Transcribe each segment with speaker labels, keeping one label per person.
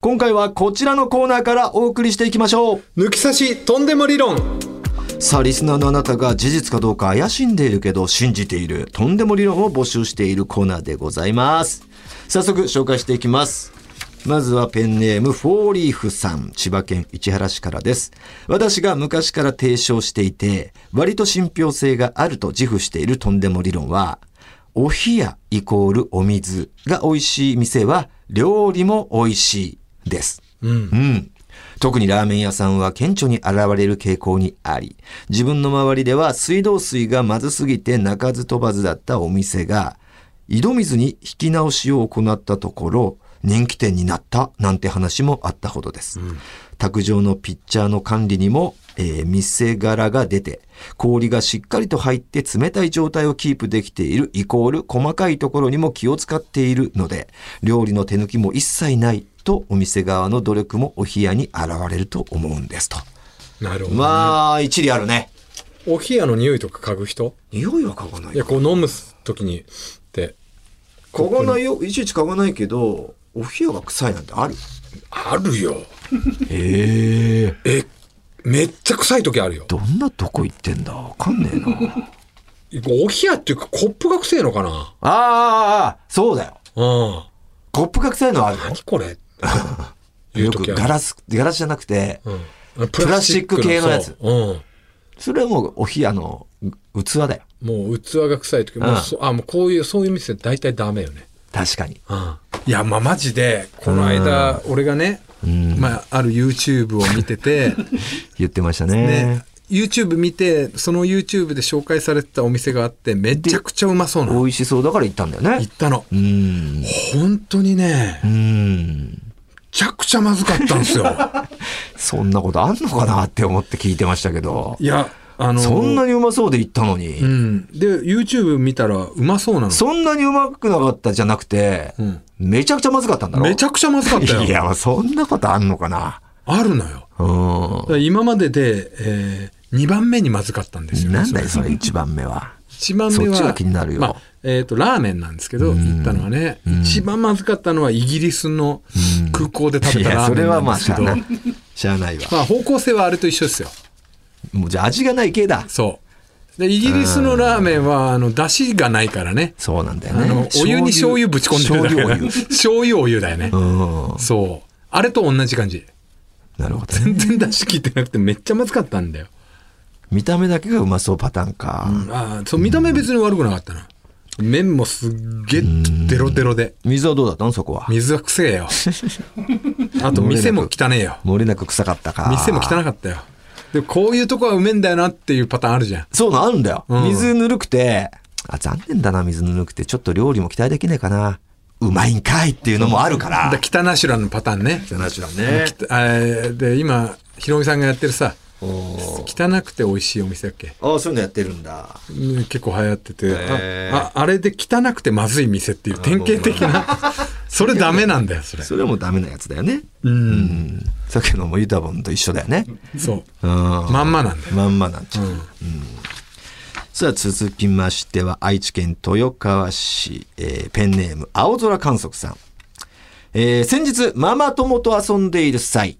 Speaker 1: 今回はこちらのコーナーからお送りしていきましょう
Speaker 2: 抜き差しとんでも理論
Speaker 1: さあリスナーのあなたが事実かどうか怪しんでいるけど信じているとんでも理論を募集しているコーナーでございます早速紹介していきますまずはペンネームフォーリーフさん千葉県市原市からです私が昔から提唱していて割と信憑性があると自負しているとんでも理論はお冷やイコールお水が美味しい店は料理も美味しいです
Speaker 2: うん
Speaker 1: うん。特にラーメン屋さんは顕著に現れる傾向にあり、自分の周りでは水道水がまずすぎて泣かず飛ばずだったお店が、井戸水に引き直しを行ったところ、人気店になったなんて話もあったほどです。卓上のピッチャーの管理にも、えー店柄が出て、氷がしっかりと入って冷たい状態をキープできているイコール細かいところにも気を使っているので、料理の手抜きも一切ないとお店側の努力もお冷やに現れると思うんですと。
Speaker 2: なるほど、ね
Speaker 1: まあ、一理あるね。
Speaker 2: お冷やの匂いとか嗅ぐ人
Speaker 1: 匂いは嗅がない
Speaker 2: いやこう飲む時にって
Speaker 1: 嗅がないよ。いちいち嗅がないけど、お冷やが臭いなんてある
Speaker 2: あるよ
Speaker 1: へえ。
Speaker 2: えめっちゃ臭い時あるよ
Speaker 1: どんなとこ行ってんだわかんねえ な。
Speaker 2: お冷やっていうかコップが臭いのかな
Speaker 1: ああ、そうだよ。
Speaker 2: うん
Speaker 1: コップが臭いのはあるよ
Speaker 2: 何こ れ言
Speaker 1: よ
Speaker 2: う
Speaker 1: く
Speaker 2: 時ある
Speaker 1: ガラス、ガラスじゃなくて、
Speaker 2: うん、プ
Speaker 1: ラスチック系のやつ
Speaker 2: そう
Speaker 1: それはもうお冷やのう器だよ。
Speaker 2: うん、もう器が臭い時もうそあもうこういうそういう店大体ダメよね
Speaker 1: 確かに。
Speaker 2: いやまあマジでこの間俺がね、まあ、ある YouTube を見て て、
Speaker 1: 言ってましたね
Speaker 2: ね。、YouTube 見てその YouTube で紹介されてたお店があってめちゃくちゃうまそうなの
Speaker 1: 美味しそうだから行ったんだよね
Speaker 2: 行っ。たの
Speaker 1: うん。
Speaker 2: 本当にね
Speaker 1: う
Speaker 2: め
Speaker 1: ん。
Speaker 2: ちゃくちゃまずかったん ですよ
Speaker 1: そんなことあんのかなって思って聞いてましたけど。
Speaker 2: いやあの
Speaker 1: そんなにうまそうで行ったのに、
Speaker 2: うんで YouTube 見たらうまそうなの
Speaker 1: そんなにうまくなかったじゃなくて、
Speaker 2: うん
Speaker 1: めちゃくちゃまずかったんだろ
Speaker 2: めちゃくちゃまずかったよ
Speaker 1: いや、そんなことあんのかな。
Speaker 2: あるのよだ
Speaker 1: う
Speaker 2: から今までで、え2番目にまずかったんですよ
Speaker 1: ん。
Speaker 2: ね
Speaker 1: なんだよ、
Speaker 2: れ
Speaker 1: それ一番目は。
Speaker 2: 一番目は
Speaker 1: そっちが気になるよ
Speaker 2: まあえー、とラーメンなんですけど行ったのはね一番まずかったのはイギリスの空港で食
Speaker 1: い
Speaker 2: べた
Speaker 1: や、
Speaker 2: ラ
Speaker 1: そ
Speaker 2: ーメ
Speaker 1: れ
Speaker 2: ンな
Speaker 1: は
Speaker 2: ん
Speaker 1: ま
Speaker 2: で
Speaker 1: あ、
Speaker 2: す
Speaker 1: し
Speaker 2: け
Speaker 1: ゃあ
Speaker 2: ど
Speaker 1: ない。しゃあないわ。
Speaker 2: まあ方向性はあれと一緒ですよ
Speaker 1: もうじゃあ味がない系だ。
Speaker 2: そうでイギリスのラーメンはあの出汁がないからね
Speaker 1: そうなんだよ
Speaker 2: あの
Speaker 1: ね。
Speaker 2: お湯に醤油ぶち込んでるだけ
Speaker 1: 醤
Speaker 2: だ
Speaker 1: 油お湯。
Speaker 2: 醤油お湯だよね
Speaker 1: うん。
Speaker 2: そうあれと同じ感じ
Speaker 1: なるほどね。
Speaker 2: 全然出汁効いてなくてめっちゃまずかったんだよ
Speaker 1: 見た目だけがうまそうパターンか。
Speaker 2: あーそう見た目別に悪くなかったな麺もすっげえデロデロで
Speaker 1: 水はどうだったのそこは。
Speaker 2: 水はくせえよあと店も汚ねえよ
Speaker 1: 漏れなく臭かったか。
Speaker 2: 店も汚かったよでもこういうとこはうめえんだよなっていうパターンあるじゃん
Speaker 1: そうなんあるんだよ。
Speaker 2: うん
Speaker 1: 水ぬるくて、あ、残念だな、水ぬるくて。ちょっと料理も期待できないかな。うまいんかいっていうのもあるから。
Speaker 2: だから汚しゅらんのパターンね
Speaker 1: 汚しゅらん
Speaker 2: あのきたえーで今ひろみさんがやってるさ汚くて美味しいお店だっけ
Speaker 1: ああ、そういうのやってるんだ。
Speaker 2: うん結構流行ってて
Speaker 1: へー
Speaker 2: あああれで汚くてまずい店っていう典型的な それダメなんだよそれ
Speaker 1: それはもうダメなやつだよね。
Speaker 2: うん
Speaker 1: うん。さっきのもうユタボンと一緒だよね。
Speaker 2: そ
Speaker 1: う
Speaker 2: う
Speaker 1: ん。ま
Speaker 2: まんまなんだよ
Speaker 1: んまなんちゃう。
Speaker 2: うん
Speaker 1: さあ続きましては愛知県豊川市、えーペンネーム青空観測さん、えー先日ママ友と遊んでいる際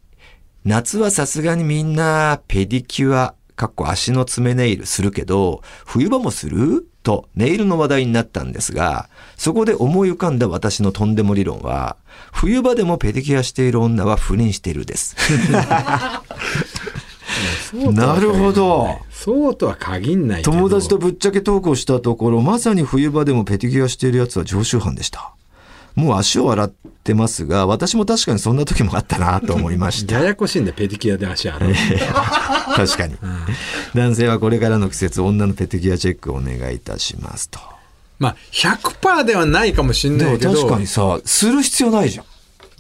Speaker 1: 夏はさすがにみんなペディキュアかっこ足の爪ネイルするけど冬場もするとネイルの話題になったんですがそこで思い浮かんだ私のとんでも理論は冬場でもペディキュアしている女は不倫しているですなるほど
Speaker 2: そうとは限んないけど
Speaker 1: 友達とぶっちゃけトークをしたところまさに冬場でもペティギュアしているやつは常習犯でしたもう足を洗ってますが私も確かにそんな時もあったなと思いま した
Speaker 2: ややこしいんだよペディキュアで足洗う
Speaker 1: 確かに、男性はこれからの季節女のペティギュアチェックをお願いいたしますと
Speaker 2: まあ100%ではないかもしん
Speaker 1: で
Speaker 2: ない
Speaker 1: も
Speaker 2: けど
Speaker 1: 確かにさする必要ないじゃ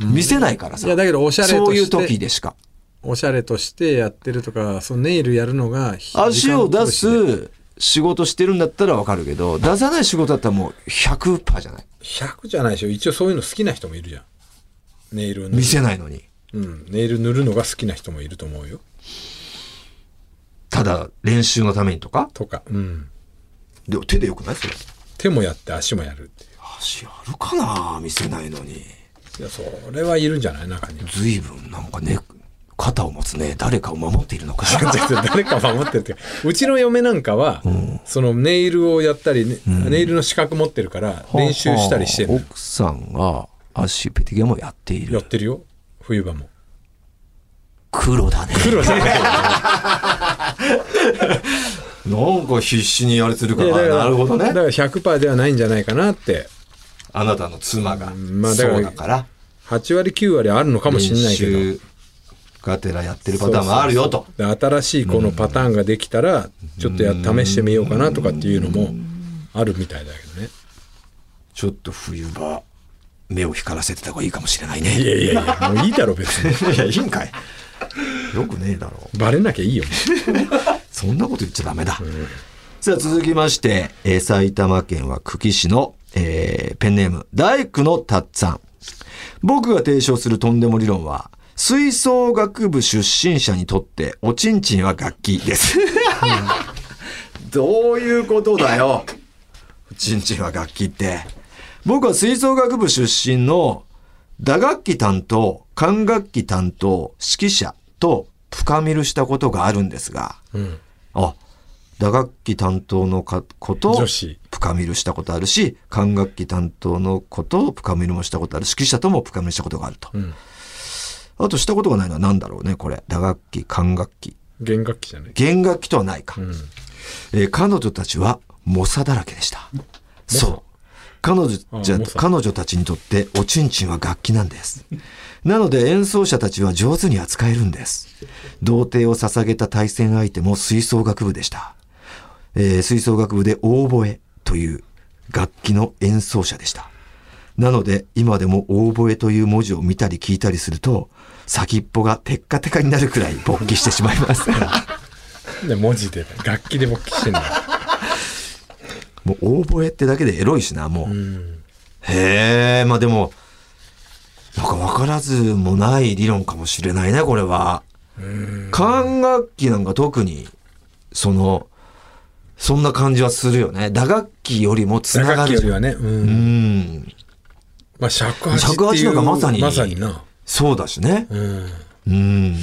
Speaker 1: ん見せないからさ、
Speaker 2: いやだけどおしゃれとして
Speaker 1: そういう時でしか
Speaker 2: おしゃれとしてやってるとかそのネイルやるのがひ
Speaker 1: 足を出
Speaker 2: 時間
Speaker 1: す仕事してるんだったらわかるけど出さない仕事だったらもう100%じゃない
Speaker 2: 潰しで100じゃないでしょ一応そういうの好きな人もいるじゃんネイルを塗る
Speaker 1: 見せないのに
Speaker 2: うん、ネイル塗るのが好きな人もいると思うよ
Speaker 1: ただ練習のためにとか
Speaker 2: とか、うん、
Speaker 1: でも手でよくないそれ
Speaker 2: 手もやって足もやるっていう
Speaker 1: 足あるかな見せないのに
Speaker 2: いや、それはいるんじゃない中に。
Speaker 1: 随分なんかね、肩を持つね、誰かを守っているのかしら。
Speaker 2: 誰か守ってるってうちの嫁なんかは、そのネイルをやったり、ねネイルの資格持ってるから 練習したりしてるのよ、
Speaker 1: 奥さんが足ペティゲもやってい
Speaker 2: や
Speaker 1: る
Speaker 2: っ。てるよ冬場も
Speaker 1: 黒だね。
Speaker 2: 黒じゃない
Speaker 1: なんか必死にやれてるか
Speaker 2: いやだから
Speaker 1: ら、なるほど
Speaker 2: だ
Speaker 1: ね
Speaker 2: か。ら100%ではないんじゃないかなって
Speaker 1: あなたの妻が。
Speaker 2: まあだから
Speaker 1: そうだから、
Speaker 2: 8割9割あるのかもしれないけど
Speaker 1: 習がてらやってるパターンもあるよと。
Speaker 2: で新しいこのパターンができたらちょっとや試してみようかなとかっていうのもあるみたいだけどね
Speaker 1: ちょっと冬場、目を光らせてた方がいいかもしれない
Speaker 2: い
Speaker 1: ね。
Speaker 2: やいやいやもういいだろ別 に
Speaker 1: いや、いいんかい。よくねえだろ。
Speaker 2: バレなきゃいいよも
Speaker 1: そんなこと言っちゃダメだ。さあ、続きまして、えー埼玉県は久喜市の、えーペンネーム、大工のたっさん。僕が提唱するとんでも理論は、吹奏楽部出身者にとって、おちんちんは楽器です。どういうことだよ。おちんちんは楽器って。僕は吹奏楽部出身の、打楽器担当、管楽器担当、指揮者と深見るしたことがあるんですが、
Speaker 2: う、うん、
Speaker 1: あ打楽器担当のかこと
Speaker 2: 女子
Speaker 1: 深見るしたことあるし管楽器担当のこと深見るもしたことある指揮者とも深見るしたことがあると、
Speaker 2: ん
Speaker 1: あとしたことがないのは何だろうねこれ打楽器管楽器
Speaker 2: 弦楽器じゃない
Speaker 1: 弦楽器とはないか、
Speaker 2: ん
Speaker 1: えー彼女たちは猛者だらけでしたそう彼女じ
Speaker 2: あ
Speaker 1: ゃ
Speaker 2: 猛者
Speaker 1: 彼女たちにとっておちんちんは楽器なん ですなので演奏者たちは上手に扱えるんです童貞を捧げた対戦相手も吹奏楽部でした、えー吹奏楽部でオーボエという楽器の演奏者でしたなので今でもオーボエという文字を見たり聞いたりすると先っぽがテッカテカになるくらい勃起してしまいます
Speaker 2: で文字で楽器で勃起してんだよ
Speaker 1: もう、オーボエってだけでエロいしな、もう。
Speaker 2: ん
Speaker 1: へえ、まあでも、なんか分からずもない理論かもしれないね、これは。管楽器なんか特に、その、そんな感じはするよね。打楽器よりもつ
Speaker 2: 打
Speaker 1: なが
Speaker 2: 楽器
Speaker 1: る
Speaker 2: よ
Speaker 1: じ
Speaker 2: り
Speaker 1: ゃん。
Speaker 2: はね、う
Speaker 1: うんん。
Speaker 2: まあ尺八っていう
Speaker 1: 尺八なんかまさに
Speaker 2: まさにな、
Speaker 1: そうだしね。
Speaker 2: うん、う
Speaker 1: うん。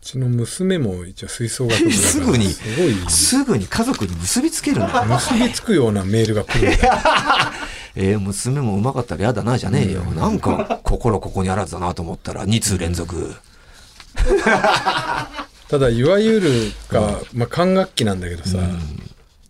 Speaker 2: ちの娘も一応吹奏楽部だから
Speaker 1: すぐに
Speaker 2: すごい
Speaker 1: すぐに家族に結びつけるんだよ。
Speaker 2: 結びつくようなメールが来るんだよ
Speaker 1: えー、娘もうまかったら嫌だな、じゃねえよ。なんか、心ここにあらずだなと思ったら、2通連続。
Speaker 2: ただいわゆるか、まあ、管楽器なんだけどさ、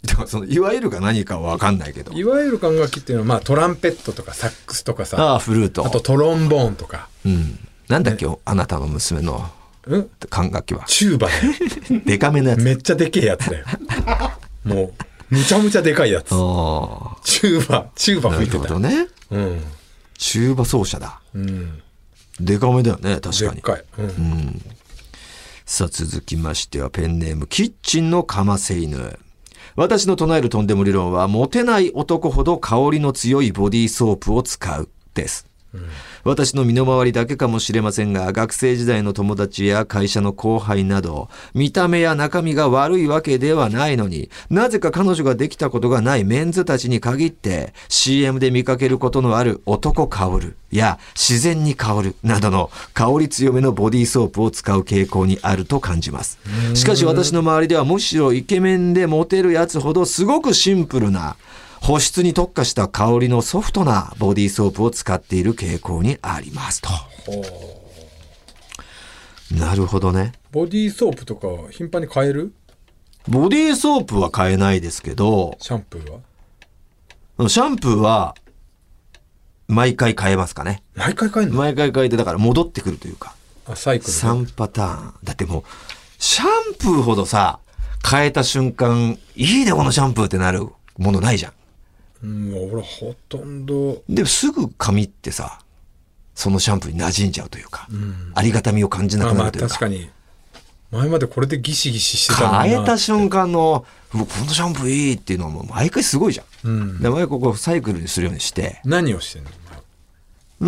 Speaker 1: でもそのいわゆるか何かは分かんないけど
Speaker 2: いわゆる管楽器っていうのは、まあ、トランペットとかサックスとかさあ
Speaker 1: ああフルート
Speaker 2: とトロンボーンとか、
Speaker 1: うん、なんだっけ、あなたの娘の
Speaker 2: うん、
Speaker 1: 管楽器は
Speaker 2: チューバだよ
Speaker 1: デカめのやつ
Speaker 2: めっちゃでけえやつだよもうむちゃむちゃでかいやつ
Speaker 1: あ
Speaker 2: チューバチュー
Speaker 1: あ
Speaker 2: バ
Speaker 1: な
Speaker 2: 吹
Speaker 1: る
Speaker 2: いて
Speaker 1: ほ
Speaker 2: た、
Speaker 1: どね
Speaker 2: うん
Speaker 1: チューバ奏者だ
Speaker 2: うん
Speaker 1: デカめだよね確
Speaker 2: で
Speaker 1: か
Speaker 2: っ
Speaker 1: に
Speaker 2: かい、うん
Speaker 1: さあ続きましてはペンネームキッチンのかませ犬私の唱えるとんでも理論はモテない男ほど香りの強いボディーソープを使うです私の身の回りだけかもしれませんが学生時代の友達や会社の後輩など見た目や中身が悪いわけではないのになぜか彼女ができたことがないメンズたちに限って CM で見かけることのある男香るや自然に香るなどの香り強めのボディーソープを使う傾向にあると感じますしかし私の周りではむしろイケメンでモテるやつほどすごくシンプルな保湿に特化した香りのソフトなボディーソープを使っている傾向にありますと。なるほどね。
Speaker 2: ボディーソープとか頻繁に変える
Speaker 1: ボディーソープは買えないですけど、
Speaker 2: シャンプーは
Speaker 1: シャンプーは毎回買えますかね。
Speaker 2: 毎回変えんの
Speaker 1: 毎回変えて、だから戻ってくるというか、
Speaker 2: あサイクルで
Speaker 1: 3パターン。だってもう、シャンプーほどさ、変えた瞬間、いいねこのシャンプーってなるものないじゃん。
Speaker 2: うん俺ほとんど
Speaker 1: で、すぐ髪ってさ、そのシャンプーに馴染んじゃうというか、ありがたみを感じな
Speaker 2: あ
Speaker 1: くな
Speaker 2: ま
Speaker 1: る
Speaker 2: あ
Speaker 1: という
Speaker 2: 確
Speaker 1: か。
Speaker 2: かに前までこれでギシギシしてたのに
Speaker 1: 変
Speaker 2: な
Speaker 1: えた瞬間の、うわこのシャンプーいいっていうのはもう毎回すごいじゃん。
Speaker 2: うん
Speaker 1: で、毎回こうサイクルにするようにして。
Speaker 2: 何をしてんの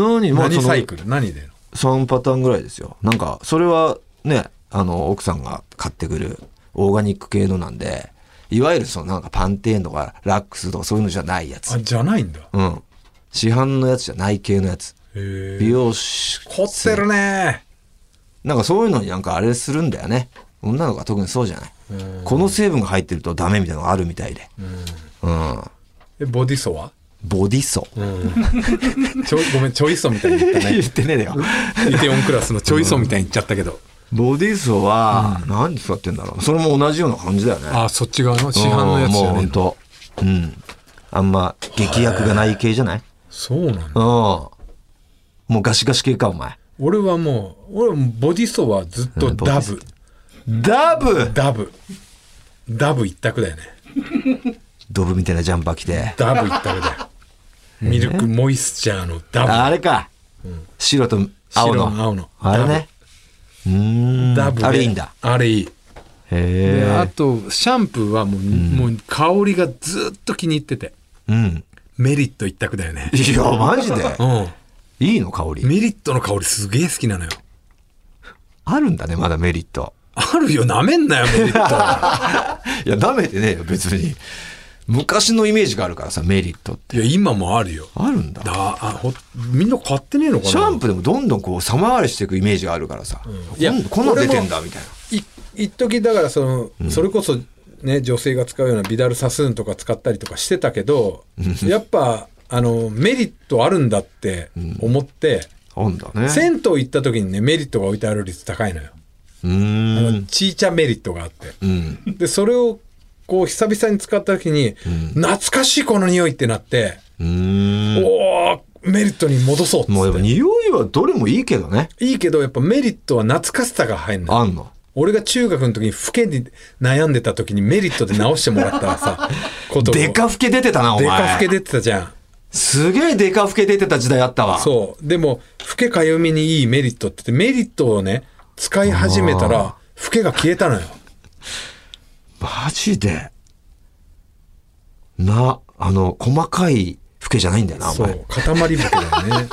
Speaker 2: お前
Speaker 1: 何まあ
Speaker 2: 何
Speaker 1: その
Speaker 2: サイクル何での
Speaker 1: 3パターンぐらいですよ。なんか、それはね、あの、奥さんが買ってくるオーガニック系のなんで、いわゆるそのなんかパンテーンとかラックスとかそういうのじゃないやつ
Speaker 2: あ。じゃないんだ
Speaker 1: うん。市販のやつじゃない系のやつ。
Speaker 2: へ
Speaker 1: 美
Speaker 2: え
Speaker 1: 容師
Speaker 2: 凝ってるね
Speaker 1: なんかそういうのになんかあれするんだよね女の子は特にそうじゃない、
Speaker 2: うん
Speaker 1: この成分が入ってるとダメみたいなのがあるみたいでうん、
Speaker 2: えボディソは
Speaker 1: ボディソ、
Speaker 2: ちょごめんちょいソみたいに言ったね
Speaker 1: 言ってねえだよ
Speaker 2: イテオンクラスのちょいソみたいに言っちゃったけど、
Speaker 1: ボディソは何使ってんだろうそれも同じような感じだよね
Speaker 2: ああそっち側の市販のやつ
Speaker 1: う
Speaker 2: じ
Speaker 1: んもう
Speaker 2: ゃねえ
Speaker 1: 本
Speaker 2: の
Speaker 1: 当うんあんま劇薬がない系じゃない
Speaker 2: そうなんだ
Speaker 1: うんもうガシガシ系かお前
Speaker 2: 俺はもう俺はもうボディソはずっと
Speaker 1: うんボデ
Speaker 2: ダ
Speaker 1: ィソ
Speaker 2: ブ
Speaker 1: ダブ
Speaker 2: ダブダブ一択だよね
Speaker 1: ドブみたいなジャンパー着て
Speaker 2: ダブ一 択だよミルクモイスチャーのダ
Speaker 1: ああれか、白と青の
Speaker 2: 白の青の
Speaker 1: あれねうー
Speaker 2: ブ
Speaker 1: ん
Speaker 2: ダブで
Speaker 1: あれいいんだ
Speaker 2: あれいいであ
Speaker 1: へ
Speaker 2: とシャンプーはもう,、もう香りがずっと気に入ってて
Speaker 1: えうん
Speaker 2: メリット一択だよね
Speaker 1: いやマジで
Speaker 2: うん
Speaker 1: いいの香り
Speaker 2: メリットの香りすげえ好きなのよ
Speaker 1: あるんだねまだメリット
Speaker 2: あるよなめんなよメリット
Speaker 1: いやダメてねえよ別に昔のイメージがあるからさメリット って
Speaker 2: いや、今もあるよ。
Speaker 1: あるんだ
Speaker 2: だあほみんな買ってねえのかな
Speaker 1: シャンプーでもどんどんこう様変わりしていくイメージがあるからさ、
Speaker 2: いや
Speaker 1: こんこんなの出てんだみたいない
Speaker 2: 一時だからその、それこそね女性が使うようなビダルサスーンとか使ったりとかしてたけどやっぱあのメリットあるんだって思って、
Speaker 1: あんだね
Speaker 2: 銭湯行った時にねメリットが置いてある率高いのよ、
Speaker 1: うーん
Speaker 2: ちいちゃメリットがあって
Speaker 1: うん
Speaker 2: でそれをこう久々に使った時に、懐かしいこの匂いってなって、
Speaker 1: うーん
Speaker 2: おーメリットに戻そうっつ
Speaker 1: もう
Speaker 2: っ
Speaker 1: でも
Speaker 2: て
Speaker 1: 匂いはどれもいいけどね
Speaker 2: いいけどやっぱメリットは懐かしさが入んない
Speaker 1: あんの
Speaker 2: 俺が中学の時に老けに悩んでた時にメリットで直してもらっ たさことを
Speaker 1: でかふけ出てたなお
Speaker 2: で
Speaker 1: 前
Speaker 2: か老け出てたじゃん
Speaker 1: すげえでかふけ出てた時代あったわ
Speaker 2: そうでも老けかゆみにいいメリットって言ってメリットをね使い始めたら老けが消えたのよ
Speaker 1: マジでなあの細かいふけじゃないんだよなお
Speaker 2: そ
Speaker 1: 前
Speaker 2: う塊老けだよ ね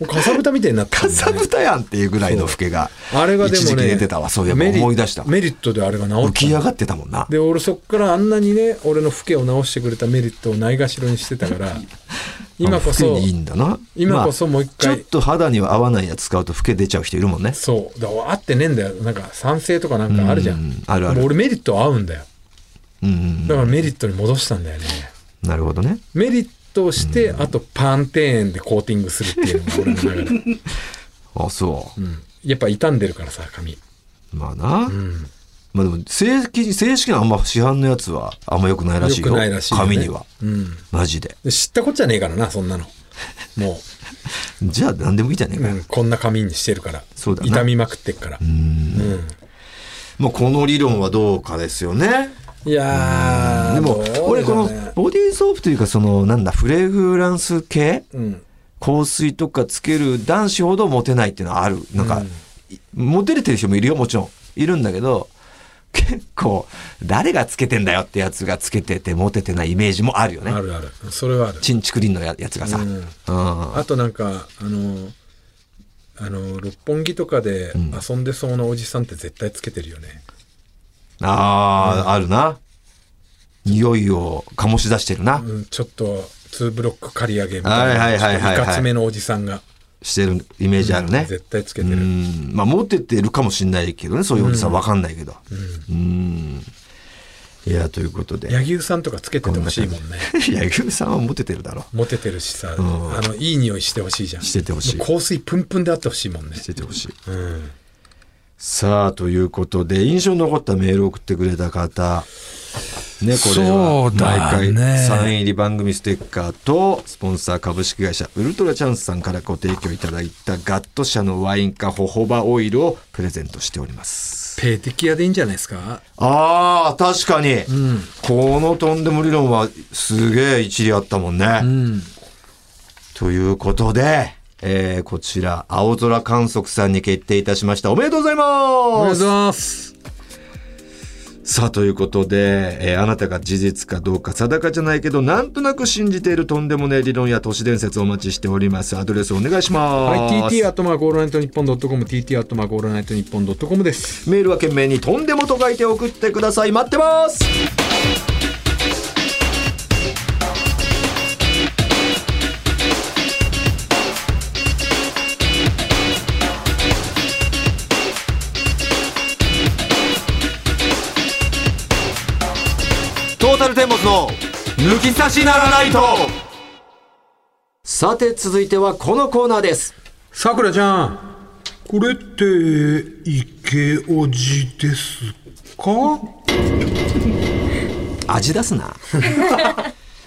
Speaker 2: もうかさぶたみたいになってた
Speaker 1: か
Speaker 2: んだ
Speaker 1: さ
Speaker 2: よね
Speaker 1: ぶたやんっていうぐらいのふけが
Speaker 2: あれがで
Speaker 1: 一
Speaker 2: も
Speaker 1: 時期
Speaker 2: ね
Speaker 1: 出てたわそういえば
Speaker 2: メリ
Speaker 1: 思い出した浮
Speaker 2: メリットであれが直った
Speaker 1: き
Speaker 2: の
Speaker 1: 上がってたもんな
Speaker 2: で俺そっからあんなにね俺の老けを直してくれたメリットをないがしろにしてたから 今こ
Speaker 1: あの
Speaker 2: そ
Speaker 1: 老けにいいんだな
Speaker 2: 今こそもう一回
Speaker 1: まあちょっと肌には合わないやつ使うと老け出ちゃう人いるもんね
Speaker 2: そう。だから合ってねえんだよ。なんか賛成とかなんかあるじゃん。
Speaker 1: うんあるある
Speaker 2: もう俺メリット合うんだよ。
Speaker 1: うんうん
Speaker 2: だからメリットに戻したんだよね。
Speaker 1: うんなるほどね
Speaker 2: メリットをして、あとパンテーンでコーティングするっていうのが俺の 中で。
Speaker 1: あそう
Speaker 2: う、ん。やっぱ傷んでるからさ、髪。
Speaker 1: まあな、
Speaker 2: うん。
Speaker 1: まあでも正式に正式なあんま市販のやつはあんま良くないらしいよ
Speaker 2: 良くないらしいよね
Speaker 1: 紙には
Speaker 2: うん。
Speaker 1: マジで
Speaker 2: で知ったこっちゃねえからな、そんなの。も
Speaker 1: じゃあ何でもいいじゃねえ
Speaker 2: う、
Speaker 1: かよ、
Speaker 2: うん、こんな髪にしてるから。
Speaker 1: そうだな
Speaker 2: 痛みまくってっから。うん。
Speaker 1: まあこの理論はどうかですよね
Speaker 2: いやー、
Speaker 1: でも
Speaker 2: どうでしょうね
Speaker 1: 俺このボディーソープというかそのなんだフレグランス系
Speaker 2: うん。
Speaker 1: 香水とかつける男子ほどモテないっていうのはあるなんか、いモテれてる人もいるよもちろんいるんだけど 結構誰がつけてんだよってやつがつけててモテてないイメージもあるよね
Speaker 2: あるある。それはある。
Speaker 1: チンチクリンのややつがさ、
Speaker 2: うん
Speaker 1: あ
Speaker 2: あとなんかあのあの六本木とかで遊んでそうなおじさんって絶対つけてるよね、
Speaker 1: あーあるな匂いを醸し出してるな、
Speaker 2: うん、ちょっと2ブロック刈り上げみ
Speaker 1: はい
Speaker 2: た
Speaker 1: はいいはいはいは
Speaker 2: ないいかつめのおじさんが
Speaker 1: してるイメージあるね、
Speaker 2: 絶対つけ
Speaker 1: う
Speaker 2: てる、
Speaker 1: んまあモテてるかもしんないけどねそういうおじさんわかんないけどうんいやということで
Speaker 2: 柳生さんとかつけててほしいもんね
Speaker 1: 野球さんはモテてるだろ
Speaker 2: モテてるしさ、
Speaker 1: ん
Speaker 2: あのいい匂いしてほしいじゃん
Speaker 1: しててほしい
Speaker 2: もう香水プンプンであってほしいもんね
Speaker 1: しててほしい
Speaker 2: うん
Speaker 1: さあということで印象に残ったメールを送ってくれた方ねこれ
Speaker 2: そ
Speaker 1: は
Speaker 2: うだ
Speaker 1: 毎
Speaker 2: ね
Speaker 1: 回サイン入り番組ステッカーとスポンサー株式会社ウルトラチャンスさんからご提供いただいたガット社のワインかホホバオイルをプレゼントしております
Speaker 2: ペーテキアでいいんじゃないですか
Speaker 1: あー確かに、
Speaker 2: ん
Speaker 1: このとんでも理論はすげえ一理あったもんね、
Speaker 2: うん
Speaker 1: ということで、えーこちら青空観測さんに決定いたしましたおめでとうござい
Speaker 2: おはよう
Speaker 1: ま
Speaker 2: ご
Speaker 1: す
Speaker 2: ざいます
Speaker 1: さあということで、えーあなたが事実かどうか定かじゃないけどなんとなく信じているとんでもねえ理論や都市伝説をお待ちしておりますアドレスお願いします、
Speaker 2: はい TT アットマークオールナイトニッポンドットコム TT アットマークオールナイトニッポンドットコムです
Speaker 1: メールは懸命にとんでもと書いて送ってください待ってますルテンボスの抜き差しならないとさて続いてはこのコーナーです
Speaker 2: さくらちゃんこれって池おじですか
Speaker 1: 味出すな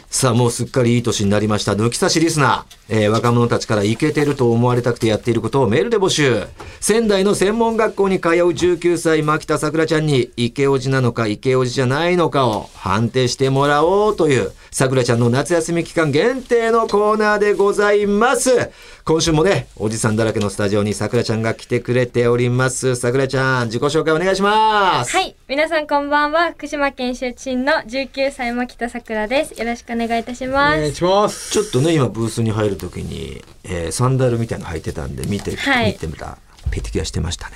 Speaker 1: さあもうすっかりいい年になりました抜き差しリスナー、えー若者たちからイケてると思われたくてやっていることをメールで募集仙台の専門学校に通う19歳牧田さくらちゃんにイケおじなのかイケおじじゃないのかを判定してもらおうというさくらちゃんの夏休み期間限定のコーナーでございます今週もねおじさんだらけのスタジオにさくらちゃんが来てくれておりますさくらちゃん自己紹介お願いします
Speaker 3: はい、皆さんこんばんは。福島県出身の19歳牧田さくらです。よろしくお願いいたし
Speaker 2: お
Speaker 3: ま
Speaker 2: 願い
Speaker 3: す。
Speaker 2: します
Speaker 1: ちょっとね今ブースに入るときに、えーサンダルみたいなの履いてたんで見て、
Speaker 3: はい
Speaker 1: 見てみたペティキュアしてましたね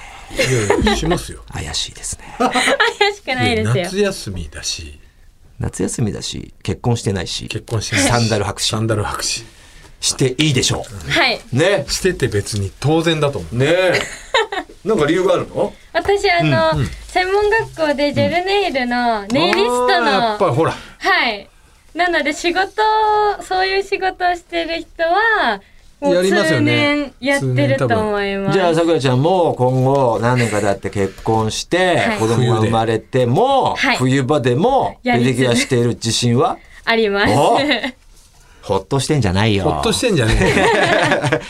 Speaker 2: いやいやしますよ
Speaker 1: 怪しいですね
Speaker 3: 怪しくないですよ。
Speaker 2: 夏休みだし
Speaker 1: 夏休みだし結婚してないし
Speaker 2: 結婚してないし
Speaker 1: サンダル白紙
Speaker 2: サンダル白紙
Speaker 1: していいでしょ
Speaker 3: はい。
Speaker 1: うね
Speaker 2: してて別に当然だと思う
Speaker 1: ねえなんか理由があるの
Speaker 3: 私あの、専門学校でジェルネイルのネイリスト
Speaker 2: あーや
Speaker 3: の
Speaker 2: っぱりほら
Speaker 3: はい。なので仕事をそういう仕事をしてる人はも
Speaker 2: や
Speaker 3: う
Speaker 2: ります
Speaker 3: 通
Speaker 2: よね
Speaker 3: 年やってると思います。
Speaker 1: じゃあさくらちゃんも今後何年か経って結婚して、
Speaker 3: はい
Speaker 1: 子供が生まれても、
Speaker 3: はい
Speaker 1: 冬場でもペ
Speaker 3: や
Speaker 1: テ
Speaker 3: り
Speaker 1: ィキュアしている自信は
Speaker 3: あります。
Speaker 1: お
Speaker 3: は
Speaker 1: ほっとしてんじゃないよ
Speaker 2: ほっとしてんじゃねえ よ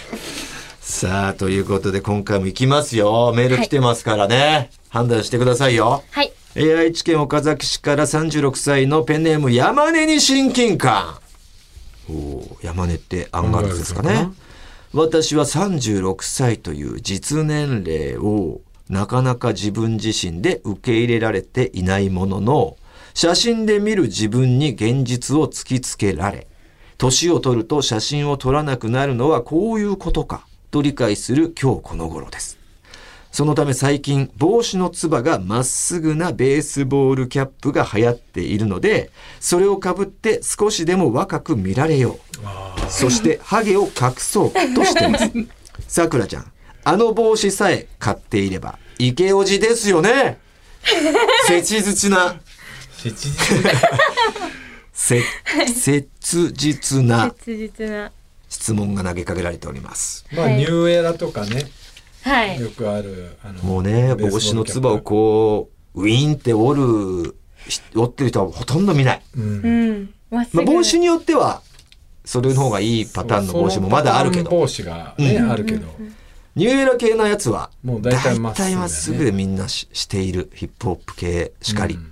Speaker 1: さあということで今回も行きますよメール来てますからね、判断してくださいよ
Speaker 3: い。
Speaker 1: えー愛知県岡崎市から36歳のペンネーム山根に親近感おー山根ってアンガールズですか
Speaker 2: アンガー
Speaker 1: ね
Speaker 2: ルズ
Speaker 1: 私は36歳という実年齢をなかなか自分自身で受け入れられていないものの写真で見る自分に現実を突きつけられ年を取ると写真を撮らなくなるのはこういうことかと理解する今日この頃ですそのため最近帽子のつばがまっすぐなベースボールキャップが流行っているのでそれをかぶって少しでも若く見られようそしてハゲを隠そうとしてい ますさくらちゃんあの帽子さえ買っていればイケオジですよ ね切実な
Speaker 2: 切
Speaker 1: せ切実な
Speaker 3: 切実な。
Speaker 1: 質問が投げかけられております
Speaker 2: まあニューエラとかね
Speaker 3: はい。
Speaker 2: よくあるあの
Speaker 1: もうね
Speaker 2: ベースボール
Speaker 1: 帽子のつばをこうウィーンって折るし折ってる人はほとんど見ない
Speaker 2: うん
Speaker 3: うん。まっす
Speaker 1: ま
Speaker 3: ぐ
Speaker 1: あ、帽子によってはそれの方がいいパターンの帽子もまだあるけ
Speaker 2: その
Speaker 1: ど
Speaker 2: 帽子がね、
Speaker 1: うん
Speaker 2: あるけど、
Speaker 1: ニューエラ系のやつは
Speaker 2: もう大体まっすぐだよね
Speaker 1: 大体まっすぐでみんなししているヒップホップ系しかり、
Speaker 2: うん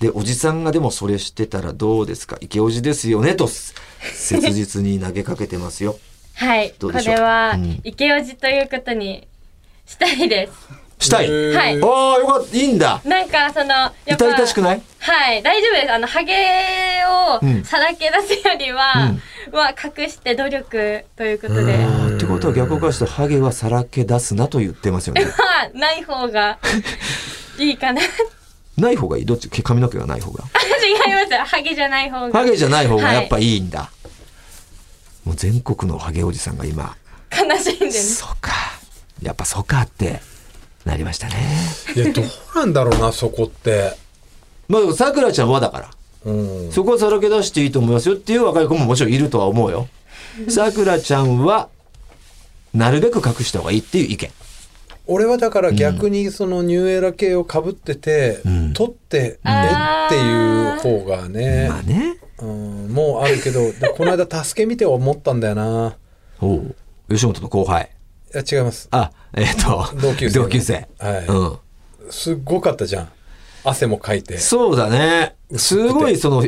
Speaker 1: でおじさんがでもそれしてたらどうですかイケおじですよねと切実に投げかけてます よ
Speaker 3: はい。
Speaker 1: ど
Speaker 3: こ
Speaker 1: うでしょう
Speaker 3: れは
Speaker 1: うん
Speaker 3: 池おじということにしたいです。
Speaker 1: したい、
Speaker 2: へー
Speaker 3: はい
Speaker 1: ああよかったいいんだ
Speaker 3: なんかそのやっ
Speaker 1: 痛
Speaker 3: ぱ
Speaker 1: 々しくない
Speaker 3: はい大丈夫ですあのハゲ
Speaker 1: うん
Speaker 3: をさらけ出すよりは、は隠して努力ということで
Speaker 1: あーってことは逆を返すとハゲはさらけ出すなと言ってますよね
Speaker 3: まあない 方がいいかな違い
Speaker 1: ない方がいいどっち髪の毛がない方が
Speaker 3: ますハゲじゃない方が
Speaker 1: ハゲじゃない方がやっぱ
Speaker 3: はい
Speaker 1: いいんだ、もう全国のハゲおじさんが今
Speaker 3: 悲しんでる
Speaker 1: そうか。やっぱそうかってなりましたね。
Speaker 2: いやどうなんだろうなそこって、
Speaker 1: まあでもさくらちゃんはだから、
Speaker 2: うん、
Speaker 1: そこはさらけ出していいと思いますよっていう若い子ももちろんいるとは思うよ。さくらちゃんは、なるべく隠した方がいいっていう意見。
Speaker 2: 俺はだから逆にそのニューエラ系をかぶってて、
Speaker 1: ん
Speaker 2: 取ってねっていう方がね、
Speaker 1: まあね。
Speaker 2: うん、もうあるけどだこの 間助け見て思ったんだよな
Speaker 1: おう吉本の後輩。
Speaker 2: いや違います
Speaker 1: あ、えっ、と、
Speaker 2: 同級生
Speaker 1: 同級生。
Speaker 2: はい
Speaker 1: うん。
Speaker 2: すっごかったじゃん汗もかいて
Speaker 1: そうだね。すごいその、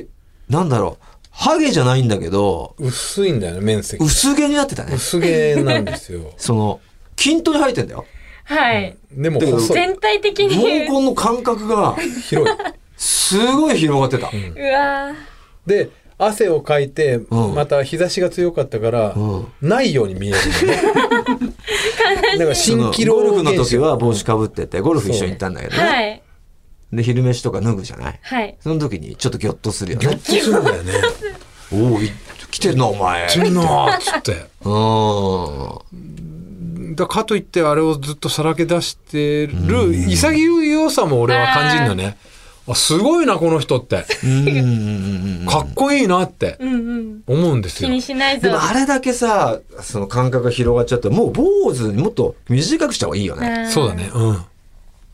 Speaker 1: なんだろう。ハゲじゃないんだけど、
Speaker 2: 薄いんだよね面積
Speaker 1: 薄毛になってたね。
Speaker 2: 薄毛なんですよ
Speaker 1: その、均等に生えてんだよ。
Speaker 3: はい、
Speaker 2: でも細い
Speaker 3: 全体的
Speaker 1: 毛
Speaker 3: に
Speaker 1: 根の感覚が、
Speaker 2: 広い
Speaker 1: すごい広がってた。
Speaker 3: うわ
Speaker 2: で汗をかいて、
Speaker 1: うん
Speaker 2: また日差しが強かったから、
Speaker 1: うん
Speaker 2: ないように見えるんだよねなんか
Speaker 1: その
Speaker 2: 蜃気
Speaker 1: ゴル
Speaker 2: 楼
Speaker 1: フの
Speaker 2: 現
Speaker 1: 時
Speaker 2: 象
Speaker 1: は帽子かぶってて、ゴルフ一緒に行ったんだけ
Speaker 3: ー
Speaker 1: どね。
Speaker 3: はい
Speaker 1: で、昼飯とか脱ぐじゃない
Speaker 3: はい
Speaker 1: その時にちょっとギョッとするよ
Speaker 2: ギョッ
Speaker 1: ね
Speaker 2: と。するんだよね
Speaker 1: おお、い来てるな、お前。
Speaker 2: 死んなっつって
Speaker 1: うーん。
Speaker 2: だかといってあれをずっとさらけ出してる潔さも俺は感じるのねあすごいなこの人って
Speaker 1: うんうんうんうん
Speaker 2: かっこいいなって
Speaker 3: うんうん。
Speaker 2: 思うんです
Speaker 3: 気
Speaker 2: よ。
Speaker 3: にしない
Speaker 1: で
Speaker 3: ぞ。
Speaker 1: もあれだけさ、その感覚が広がっちゃったら、もう坊主にもっと短くした方がいいよね。
Speaker 3: ん
Speaker 2: そうだね。。うん。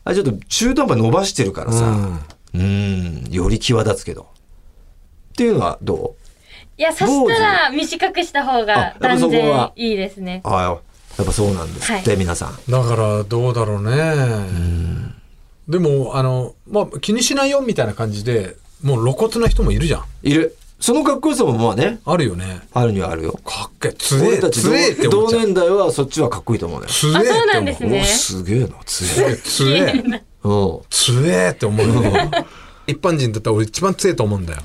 Speaker 1: あれちょっと中途半端に伸ばしてるから
Speaker 2: う
Speaker 1: さ、
Speaker 2: ん
Speaker 1: うん、より際立つけど。っていうのはどう
Speaker 3: いや、そしたら短くした方
Speaker 1: あやっ
Speaker 3: が
Speaker 1: ぱそ
Speaker 3: 断
Speaker 1: こは
Speaker 3: 然いいですね。
Speaker 1: ああ、やっぱそうなんですって、
Speaker 3: は
Speaker 1: 皆さん。
Speaker 2: だからどうだろうね。でもあのまあ気にしないよみたいな感じでもう露骨な人もいるじゃん。
Speaker 1: いる。そのかっこよさもまあね、
Speaker 2: あるよね。
Speaker 1: あるにはあるよ。
Speaker 2: かっけえ強
Speaker 1: 俺
Speaker 2: え
Speaker 1: たち
Speaker 2: 強えって
Speaker 1: 同
Speaker 2: 思っ
Speaker 1: 同
Speaker 2: ちゃう。
Speaker 1: 年代はそっちはかっこいいと思うね。
Speaker 2: 強え
Speaker 3: あ
Speaker 2: って
Speaker 3: そうなん
Speaker 2: 思
Speaker 3: で
Speaker 2: う
Speaker 3: す。ね
Speaker 1: おすげえな、強え。
Speaker 2: 強え
Speaker 1: うん。
Speaker 2: 強えって思うよね。 一般人だったら俺一番強えと思うんだよ。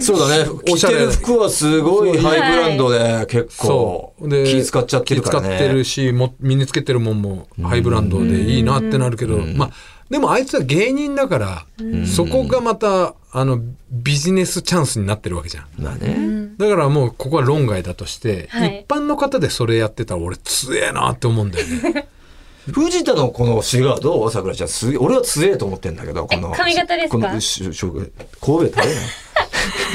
Speaker 1: そうだね。
Speaker 2: お
Speaker 1: 着
Speaker 2: しゃ
Speaker 1: て
Speaker 2: れ
Speaker 1: る服はすごいハイブランドで結構
Speaker 2: そう。で
Speaker 1: 気使っちゃってるからね。
Speaker 2: 気使ってるし、も身につけてるもんもハイブランドでいいなってなるけど、まあ、でもあいつは芸人だから、そこがまた、あの、ビジネスチャンスになってるわけじゃん。
Speaker 1: まあね。
Speaker 2: だからもうここは論外だとして、
Speaker 3: はい
Speaker 2: 一般の方でそれやってたら俺強えなって思うんだよ ね。
Speaker 1: 藤田のこのシガーどう桜ちゃん。すげえ俺は強えと思ってんだけど、この。
Speaker 3: え髪型です
Speaker 1: こ
Speaker 3: か
Speaker 1: の、ししょ神戸食べない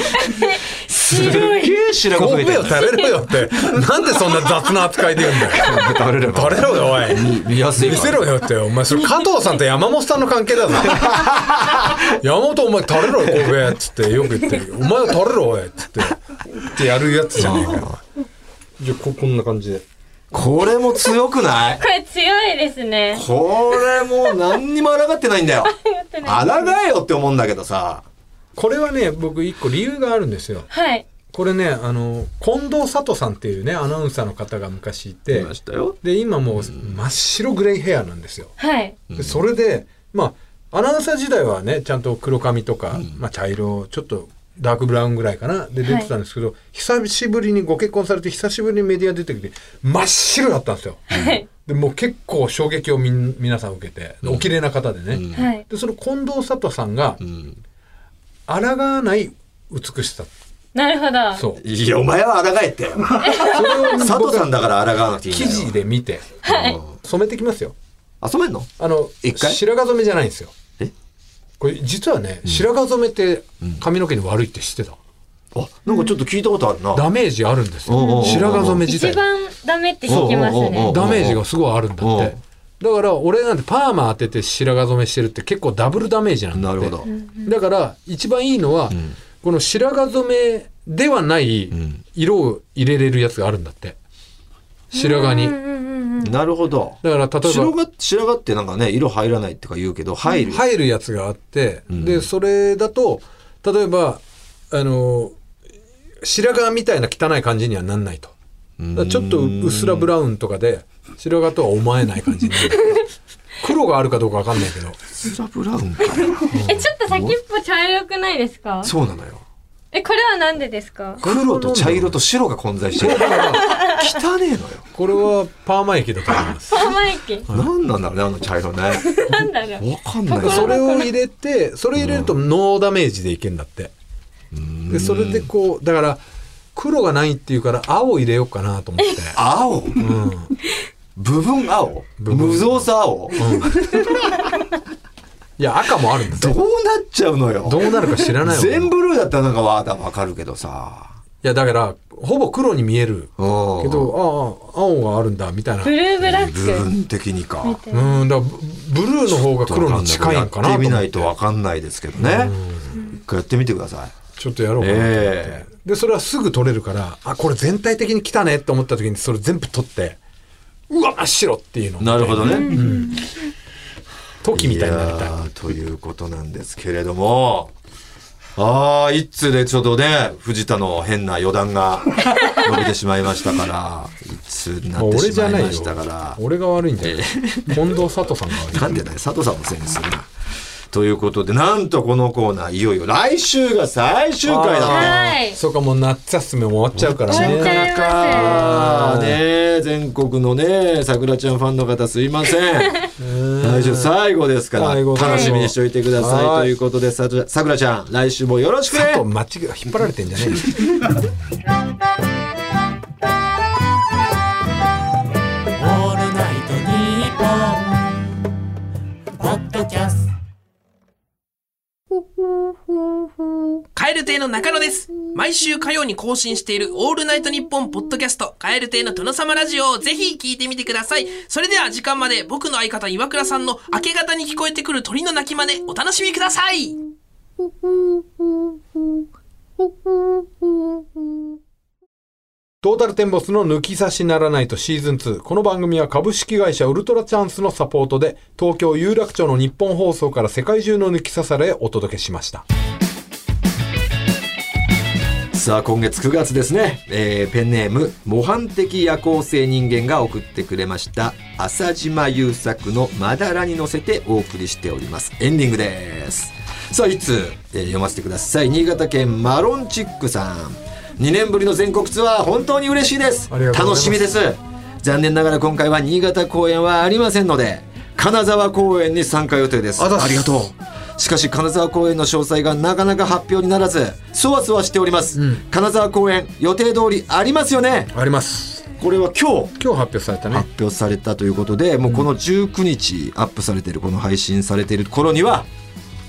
Speaker 1: すっ
Speaker 3: 白い
Speaker 1: げえ白髪増
Speaker 2: 神
Speaker 1: えて
Speaker 2: 戸
Speaker 1: る
Speaker 2: を食べろよって、なんでそんな雑な扱いで言うんだよ。
Speaker 1: 食べれば
Speaker 2: 食べろよ、おい。
Speaker 1: 見やすい
Speaker 2: 見
Speaker 1: か
Speaker 2: せ
Speaker 1: ら。
Speaker 2: ろよって、お前、それ加藤さんと山本さんの関係 だぞ。山本、お前、垂れろよ、神戸っつってよく言ってる。お前は垂れろ、おいっつって。ってやるやつじゃねえかよ。じゃあこ、こんな感じで。
Speaker 1: これも強くない
Speaker 3: これ強いですね。
Speaker 1: これもう何にも抗ってないんだ よ。抗えよって思うんだけどさ。
Speaker 2: これはね、僕、一個理由があるんですよ。
Speaker 3: はい。
Speaker 2: これね、あの、近藤里さんっていうね、アナウンサーの方が昔いて、
Speaker 1: たよ。
Speaker 2: で、今もう真っ白グレイヘアなんですよ。
Speaker 3: はい。
Speaker 2: でそれでまあアナウンサー時代はねちゃんと黒髪とか、まあ、茶色ちょっとダークブラウンぐらいかなで
Speaker 3: はい
Speaker 2: 出てたんですけど、久しぶりにご結婚されて久しぶりにメディア出てきて真っ白だったんですよ。
Speaker 3: はい。
Speaker 2: でもう結構衝撃をみん皆さん受けてでお綺麗な方でね、
Speaker 1: ん
Speaker 3: はい。
Speaker 2: でその近藤里さんが
Speaker 1: うん。
Speaker 2: 抗わない美しさ
Speaker 3: なるほど。
Speaker 2: そう
Speaker 1: いや、お前は抗え ってよ。
Speaker 2: それ
Speaker 1: 佐
Speaker 2: を
Speaker 1: 藤さん
Speaker 2: 僕は
Speaker 1: だから抗わなくていいんだ
Speaker 2: 記
Speaker 1: よ。
Speaker 2: 事で見て
Speaker 1: はい。
Speaker 2: 染めてきますよ
Speaker 1: あ、染めんの
Speaker 2: あの
Speaker 1: 一回
Speaker 2: 白髪染めじゃないんですよ
Speaker 1: え
Speaker 2: これ実はね、白髪染めって髪の毛に悪いって知ってた、
Speaker 1: あ、なんかちょっと聞いたことあるな。
Speaker 2: ダメージあるんですよ
Speaker 1: おうおうおうおう
Speaker 2: 白髪染め自
Speaker 3: 一
Speaker 2: 体
Speaker 3: 番ダメって聞きます
Speaker 1: おうおうおうおう
Speaker 3: ね。
Speaker 2: ダメージがすごいあるんだって、
Speaker 1: うん
Speaker 2: だから俺なんてパーマ当てて白髪染めしてるって結構ダブルダメージなんだ
Speaker 1: な
Speaker 2: って
Speaker 1: るほど。
Speaker 2: だから一番いいのは、
Speaker 1: ん
Speaker 2: この白髪染めではない
Speaker 1: ん
Speaker 2: 色を入れれるやつがあるんだって白髪に、
Speaker 3: うんうんうんうん。
Speaker 1: なるほど。
Speaker 2: だから例えば
Speaker 1: 白髪、白髪ってなんかね、色入らないってか言うけど、入る。
Speaker 2: 入るやつがあって、
Speaker 1: うん
Speaker 2: でそれだと例えばあの白髪みたいな汚い感じにはなんないとだからちょっとうっすらブラウンとかで白髪とは思えない感じに なる黒があるかどうかわかんないけど
Speaker 1: うっすらブラウンかよ
Speaker 3: え、ちょっと先っぽ茶色くないですか
Speaker 1: そうなの よ。
Speaker 3: え、これはなんでですか
Speaker 1: 黒と茶色と白が混在してる。汚ねえのよ。
Speaker 2: これはパーマ液だと思います
Speaker 3: パーマ液。
Speaker 1: なんなんだろうね、あの茶 色ね。わ
Speaker 3: なんだろう。
Speaker 1: かんない
Speaker 2: それを入れてそれ入れるとノーダメージでいけんだってでそれでこうだから黒がないっていうから青入れようかなと思って、
Speaker 1: 青
Speaker 2: うん、
Speaker 1: 部分青
Speaker 2: 部分
Speaker 1: 無造作青
Speaker 2: いや赤もあるんです
Speaker 1: どう
Speaker 2: よ
Speaker 1: なっちゃうのよ。
Speaker 2: どうなるか知らないわ
Speaker 1: 全ブルーだったらなんかわだわかるけどさ。
Speaker 2: いやだからほぼ黒に見える
Speaker 1: け
Speaker 2: けど、、ああ青があるんだみたいな
Speaker 3: ブルーブラッ
Speaker 1: 部
Speaker 3: ク。
Speaker 1: 分的にか。
Speaker 3: みたいな。
Speaker 2: うんだからブブルーの方が黒に近いんかな
Speaker 1: や
Speaker 2: と思
Speaker 1: っ
Speaker 2: って
Speaker 1: み
Speaker 2: て
Speaker 1: ないとわかんないですけどね。一回やってみてください。
Speaker 2: ちょっとやろうかなと思って、
Speaker 1: え
Speaker 2: でそれはすぐ取れるからあこれ全体的に来たねって思った時にそれ全部取ってうわ真っ白っていうの
Speaker 1: なるほどね。
Speaker 2: 時みたいになりたい
Speaker 1: やーということなんですけれども。ああ、一通でちょうどね、藤田の変な余談が伸びてしまいましたから、一通にな
Speaker 2: もう
Speaker 1: って
Speaker 2: 俺
Speaker 1: し
Speaker 2: じ
Speaker 1: ま
Speaker 2: ゃないいよ
Speaker 1: ましたから。
Speaker 2: 俺が悪いんだよ近藤佐藤さんが悪い
Speaker 1: なんでだよ、佐藤さんのせいにするな。ということで、なんとこのコーナー、いよいよ来週が最終回だった。
Speaker 3: はい
Speaker 2: そうかもう夏休みも終わっちゃうから
Speaker 3: 終わっちゃ
Speaker 2: ね
Speaker 3: いま
Speaker 1: あーねえ全国のね桜ちゃんファンの方すいません来週最後ですから
Speaker 2: 最後
Speaker 1: 楽しみにしておいてください
Speaker 2: はい
Speaker 1: ということでさく桜ちゃん来週もよろしくね
Speaker 2: ちょっと間違え引っ張られてんじゃねえよ
Speaker 4: 「オールナイトニッポン」「ポッドキャス
Speaker 3: す。
Speaker 4: ト」
Speaker 5: エル亭の中野です。毎週火曜に更新しているオールナイトニッポンポッドキャスト、カエル亭の殿様ラジオをぜひ聞いてみてください。それでは時間まで僕の相方岩倉さんの明け方に聞こえてくる鳥の鳴き真似、お楽しみください。
Speaker 2: トータルテンボスの抜き差しならないとシーズン2。この番組は株式会社ウルトラチャンスのサポートで、東京有楽町の日本放送から世界中の抜き差されお届けしました。
Speaker 1: さあ今月9月ですね、えーペンネーム模範的夜行性人間が送ってくれました浅島優作の「まだら」に乗せてお送りしておりますエンディングですさあ一通、えー読ませてください新潟県マロンチックさん2年ぶりの全国ツアー本当に嬉しいです
Speaker 2: ありがとうございま
Speaker 1: 楽
Speaker 2: す
Speaker 1: しみです残念ながら今回は新潟公演はありませんので金沢公演に参加予定です
Speaker 2: あざっす
Speaker 1: ありがとうしかし金沢公演の詳細がなかなか発表にならずそわそわしております、金沢公演予定通りありますよね
Speaker 2: あります。
Speaker 1: これは今日
Speaker 2: 今日発表されたね
Speaker 1: 発。表されたということでもうこの19日アップされてるこの配信されてる頃には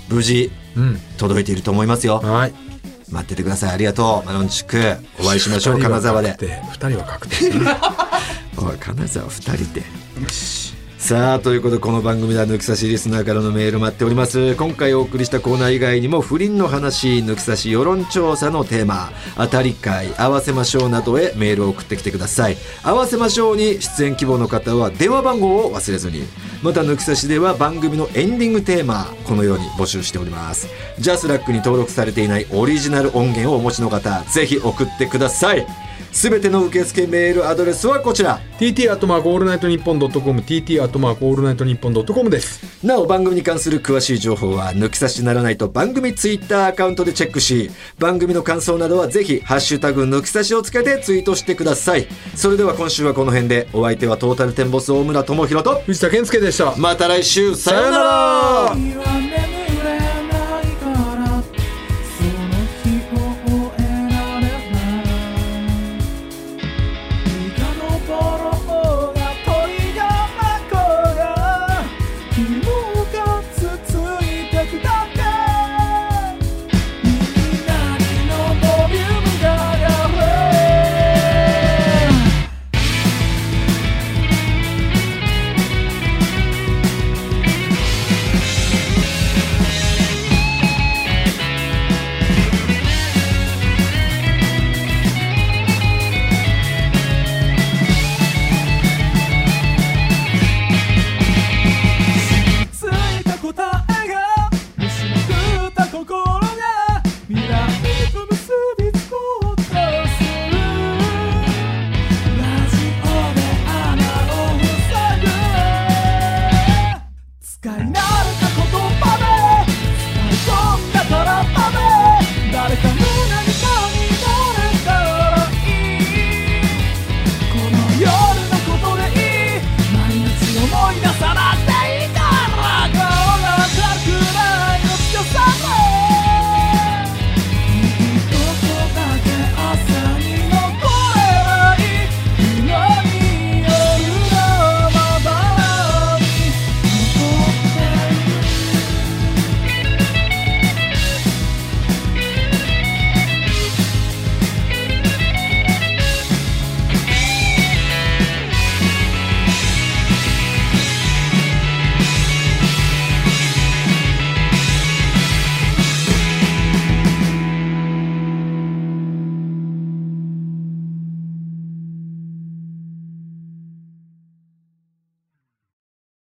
Speaker 1: 無事
Speaker 2: うん。
Speaker 1: 届いていると思いますよ
Speaker 2: はい。
Speaker 1: 待っててくださいありがとうマロンチックお会いしましょう金沢で
Speaker 2: 二人は確定。二 人は確定。
Speaker 1: おい金沢2人でさあということでこの番組では抜き差しリスナーからのメール待っております今回お送りしたコーナー以外にも不倫の話抜き差し世論調査のテーマ当たり会合わせましょうなどへメールを送ってきてください合わせましょうに出演希望の方は電話番号を忘れずにまた抜き差しでは番組のエンディングテーマこのように募集しておりますジャスラックに登録されていないオリジナル音源をお持ちの方ぜひ送ってくださいすべての受付メールアドレスはこちら
Speaker 2: TT アットマークオールナイトニッポンドットコム TT アットマークオールナイトニッポンドットコムです
Speaker 1: なお番組に関する詳しい情報は抜き差しならないと番組ツイッターアカウントでチェックし番組の感想などはぜひハッシュタグ抜き差しをつけてツイートしてくださいそれでは今週はこの辺でお相手はトータルテンボス大村智広と
Speaker 2: 藤田健介でした
Speaker 1: また来週さようなら
Speaker 4: 言わない